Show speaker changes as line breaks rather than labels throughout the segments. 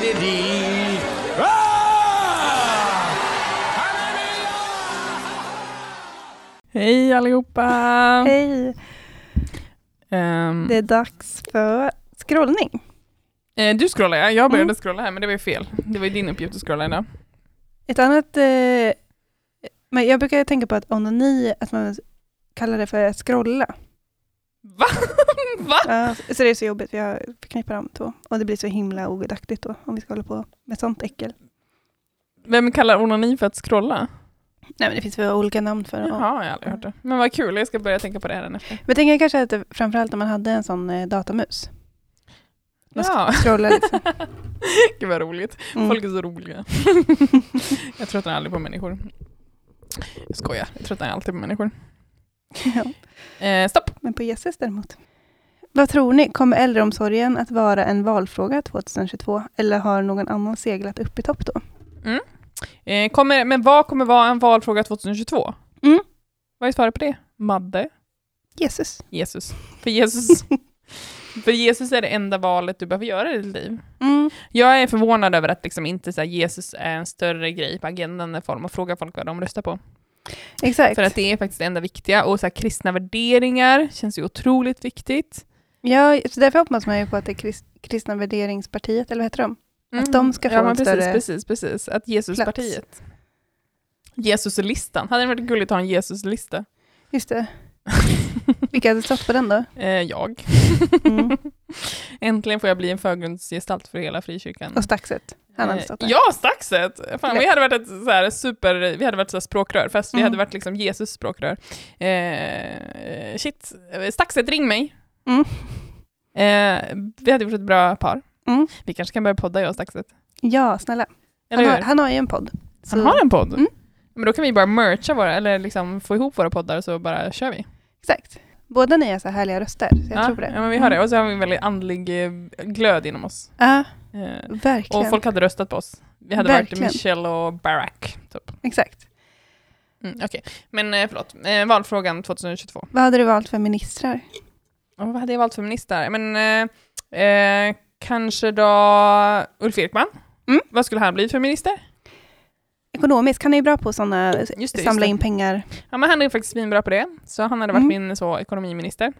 Di-di-di-di-di-di-di. Ah!
Hej allihopa!
Hej,
Ehm,
det är dags för scrollning.
eh, du scrollar ja, jag började
Mm.
scrolla här men det var ju fel. Det var ju din uppgift att scrolla idag.
Ett annat, eh, men jag brukar tänka på att onani, att man kallar det för scrolla.
Va? Va?
Ja, så det är så jobbigt för jag förknippar de två. Och det blir så himla ogudaktigt då om vi ska hålla på med sånt äckel.
Vem kallar onani för att scrolla?
Nej men det finns väl olika namn för det.
Jaha, jag har aldrig hört det. Men vad kul, jag ska börja tänka på det här efter.
Men tänker jag kanske att det, framförallt om man hade en sån eh, datamus. Man
Ja.
Scrolla liksom.
Gud vad roligt.
Mm.
Folk är så roliga. jag tröttnar aldrig på människor. Jag skojar, jag tröttnar alltid på människor.
Ja.
Eh, stopp!
Men på Jesus däremot. Vad tror ni, kommer äldreomsorgen att vara en valfråga 2022 eller har någon annan seglat upp i topp då?
Eh, kommer, men vad kommer vara en valfråga 2022?
Mm.
Vad är svaret på det? Madde?
Jesus.
Jesus. För Jesus, för Jesus är det enda valet du behöver göra i ditt liv.
Mm.
Jag är förvånad över att liksom inte så här, Jesus är en större grej på agendan när man frågar folk vad de röstar på.
Exakt.
För att det är faktiskt det enda viktiga. Och så här, kristna värderingar känns ju otroligt viktigt.
Ja, så därför hoppas man ju på att det är krist, kristna värderingspartiet, eller vad heter de? Att de ska få
Mm. ja, men
en
precis,
större
precis, precis. Att Jesuspartiet. Jesuslistan. Hade det varit gulligt att ha en Jesuslista?
Just det. Vilka hade stått på den då?
Eh, jag.
Mm.
Äntligen får jag bli en förgrundsgestalt för hela frikyrkan.
Och Staxet. Han hade
Eh,
stått där.
Ja, Staxet! Fan, vi hade varit ett så här super, vi hade varit så här språkrör, fast vi
Mm.
hade varit liksom Jesus språkrör. Eh, shit, Staxet, ring mig!
Mm.
Eh, vi hade gjort ett bra par.
Mm.
Vi kanske kan börja podda, jag och Staxet.
Ja, snälla. Han
Eller
har,
hur?
han har ju en podd.
Han har en podd?
Mm.
Men då kan vi bara mercha våra, eller liksom få ihop våra poddar så bara kör vi.
Exakt. Båda ni har så här härliga röster, så jag
ja,
tror på det. Mm.
Ja, men vi har det. Och så har vi en väldigt andlig eh, glöd inom oss.
Ja,
Eh,
verkligen.
och folk hade röstat på oss. Vi hade
Verkligen.
varit Michelle och Barack. Typ.
Exakt.
Mm, Okej, men eh, förlåt. Eh, valfrågan 2022.
Vad hade du valt för ministrar?
Ja, vad hade jag valt för minister? Men, eh, eh, kanske då Ulf Ekman.
Mm.
Vad skulle han bli för minister?
Ekonomiskt, han är ju bra på sådana,
just det. Eh,
samla in pengar.
Ja, men han är faktiskt svinbra på det, så han hade varit
Mm.
min så, ekonomiminister.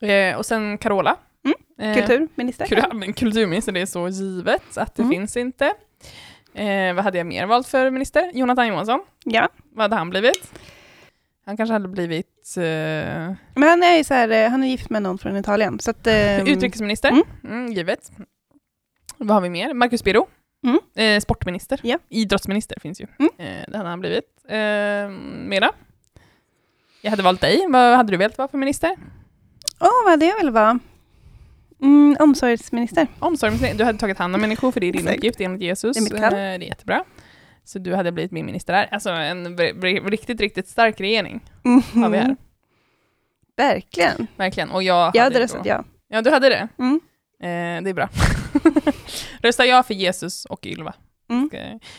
Eh, och sen Carola.
Mm.
Eh,
Kulturminister?
kul- ja, men kulturminister, det är så givet att det
Mm.
finns inte. Eh, vad hade jag mer valt för minister? Jonathan Johansson,
Ja.
vad hade han blivit? Han kanske hade blivit eh,
Men han är ju så här, eh, han är gift med någon från Italien, så att... ehm,
utrikesminister,
Mm.
mm. givet. Vad har vi mer? Marcus Biro,
Mm.
eh, sportminister,
Ja.
idrottsminister finns ju.
Mm.
Eh, det hade han blivit. Eh, mera? Jag hade valt dig, vad hade du velat vara för minister?
Åh, vad hade jag velat vara? Mm, omsorgsminister.
Omsorgsminister, du hade tagit hand om människor för det är din
Exakt.
uppgift enligt Jesus.
Det är mitt
Eh,
kall.
det är jättebra. Så du hade blivit min minister där. Alltså en v- v- riktigt, riktigt stark regering har vi här.
Mhm. Verkligen.
Verkligen. Och jag hade,
Jag hade
då-
röstat ja.
Ja, du hade det.
Mm.
Eh, det är bra. Rösta ja för Jesus och Ylva.
Mm.
Ska-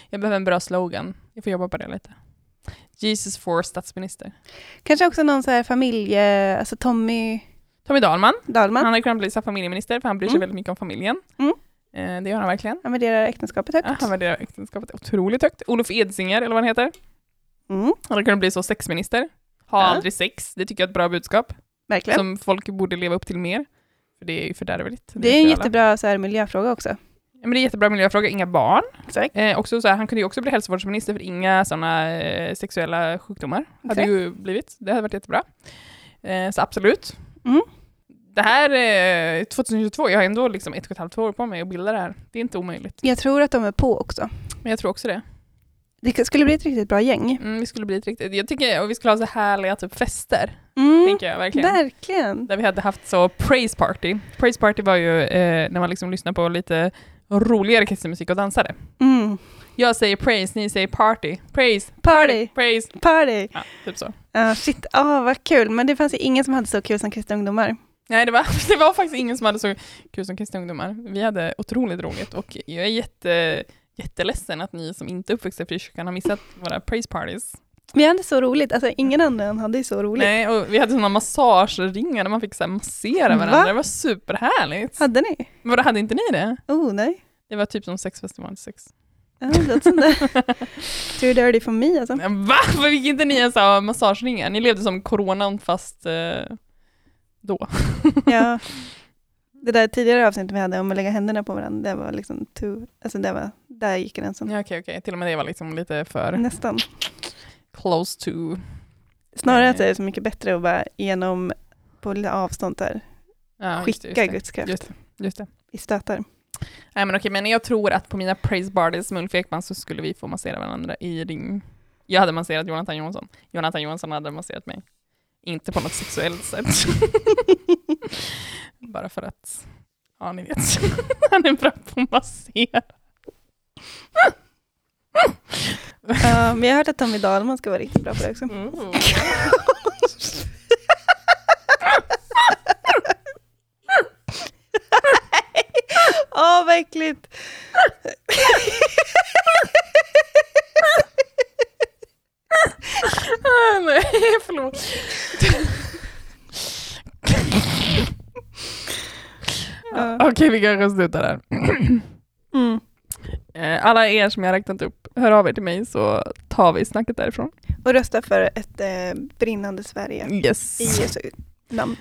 Jag behöver en bra slogan. Jag får jobba på det lite. Jesus for statsminister.
Kanske också någon så här familje... Alltså Tommy
Tommy Dahlman,
Dahlman.
han har kunnat bli så här familjeminister för han bryr sig
Mm.
väldigt mycket om familjen.
Mm.
Eh, det gör han verkligen.
Han värderar äktenskapet högt.
Ja, han värderar äktenskapet otroligt högt. Olof Edsinger, eller vad han heter.
Mm,
Han hade kunnat bli så sexminister. Ha
Ja.
aldrig sex, det tycker jag är ett bra budskap.
verkligen.
Som folk borde leva upp till mer. För det är ju fördärvligt.
det är en
vet ju alla.
jättebra så här, miljöfråga också.
Ja, Men det är en jättebra miljöfråga, inga barn.
Exakt.
Eh, också så här, han kunde ju också bli hälsovårdsminister för inga sådana eh, sexuella sjukdomar. Hade
Exakt.
ju blivit. Det hade varit jättebra. Eh, så absolut.
Mm.
Det här, eh, 2022, jag har ändå liksom ett och ett halvt år på mig att bilda det här. Det är inte omöjligt.
Jag tror att de är på också.
Men jag tror också det.
Det skulle bli ett riktigt bra gäng.
Mm, vi skulle bli ett riktigt, jag tycker, och vi skulle ha så härliga typ fester,
Mm,
tänker jag verkligen.
verkligen.
Där vi hade haft så praise party. Praise party var ju eh, när man liksom lyssnar på lite roligare kristen musik och dansade.
Mm.
Jag säger praise, ni säger party. Praise,
Party,
praise.
party.
Ja, typ så.
Ja, shit, ah, vad kul. Men det fanns ju ingen som hade så kul som kristna ungdomar.
Nej, det var, det var faktiskt ingen som hade så kul som kristna ungdomar. Vi hade otroligt roligt och jag är jätte, jätteledsen att ni som inte är uppväxta i frikyrkan har missat våra praise parties.
Vi hade så roligt, alltså ingen annan hade ju så roligt.
Mm. Nej, och vi hade sådana massageringar där man fick så här massera varandra.
Va?
Det var superhärligt.
Hade ni?
Vadå, hade inte ni det?
Oh nej.
Det var typ som sexfestivalen till sex.
Ja, det låter som det. Too dirty for me alltså.
Men Va? Varför fick inte ni ens ha massageringar? Ni levde som coronan fast eh, då.
Ja. Det där tidigare avsnittet vi hade om att lägga händerna på varandra, det var liksom too, alltså det var, där gick gränsen.
Ja, okej, okej. Till och med det var liksom lite för
Nästan.
close to.
Snarare
Nej.
att det är så mycket bättre att bara genom, på lite avstånd där,
Ja, just det,
skicka
just
Guds
det.
kraft
Just det. Just det.
i stötar.
Nej, men okej, men jag tror att på mina praise parties med Ulf Ekman så skulle vi få massera varandra i ring. Jag hade masserat Jonathan Johansson. Jonathan Johansson hade masserat mig. Inte på något sexuellt sätt. Bara för att, ja ni vet. Han är bra på att massera.
Ja, men jag har hört att Tommy Dahlman ska vara riktigt bra på det också.
Mm.
Åh, vad äckligt!
Ah, Nej, förlåt.
Ja.
Okej, vi kanske slutar där.
Mm.
Eh, Alla er som jag räknat upp, hör av er till mig så tar vi snacket därifrån.
Och rösta för ett eh, brinnande Sverige
Yes.
i Jesu namn.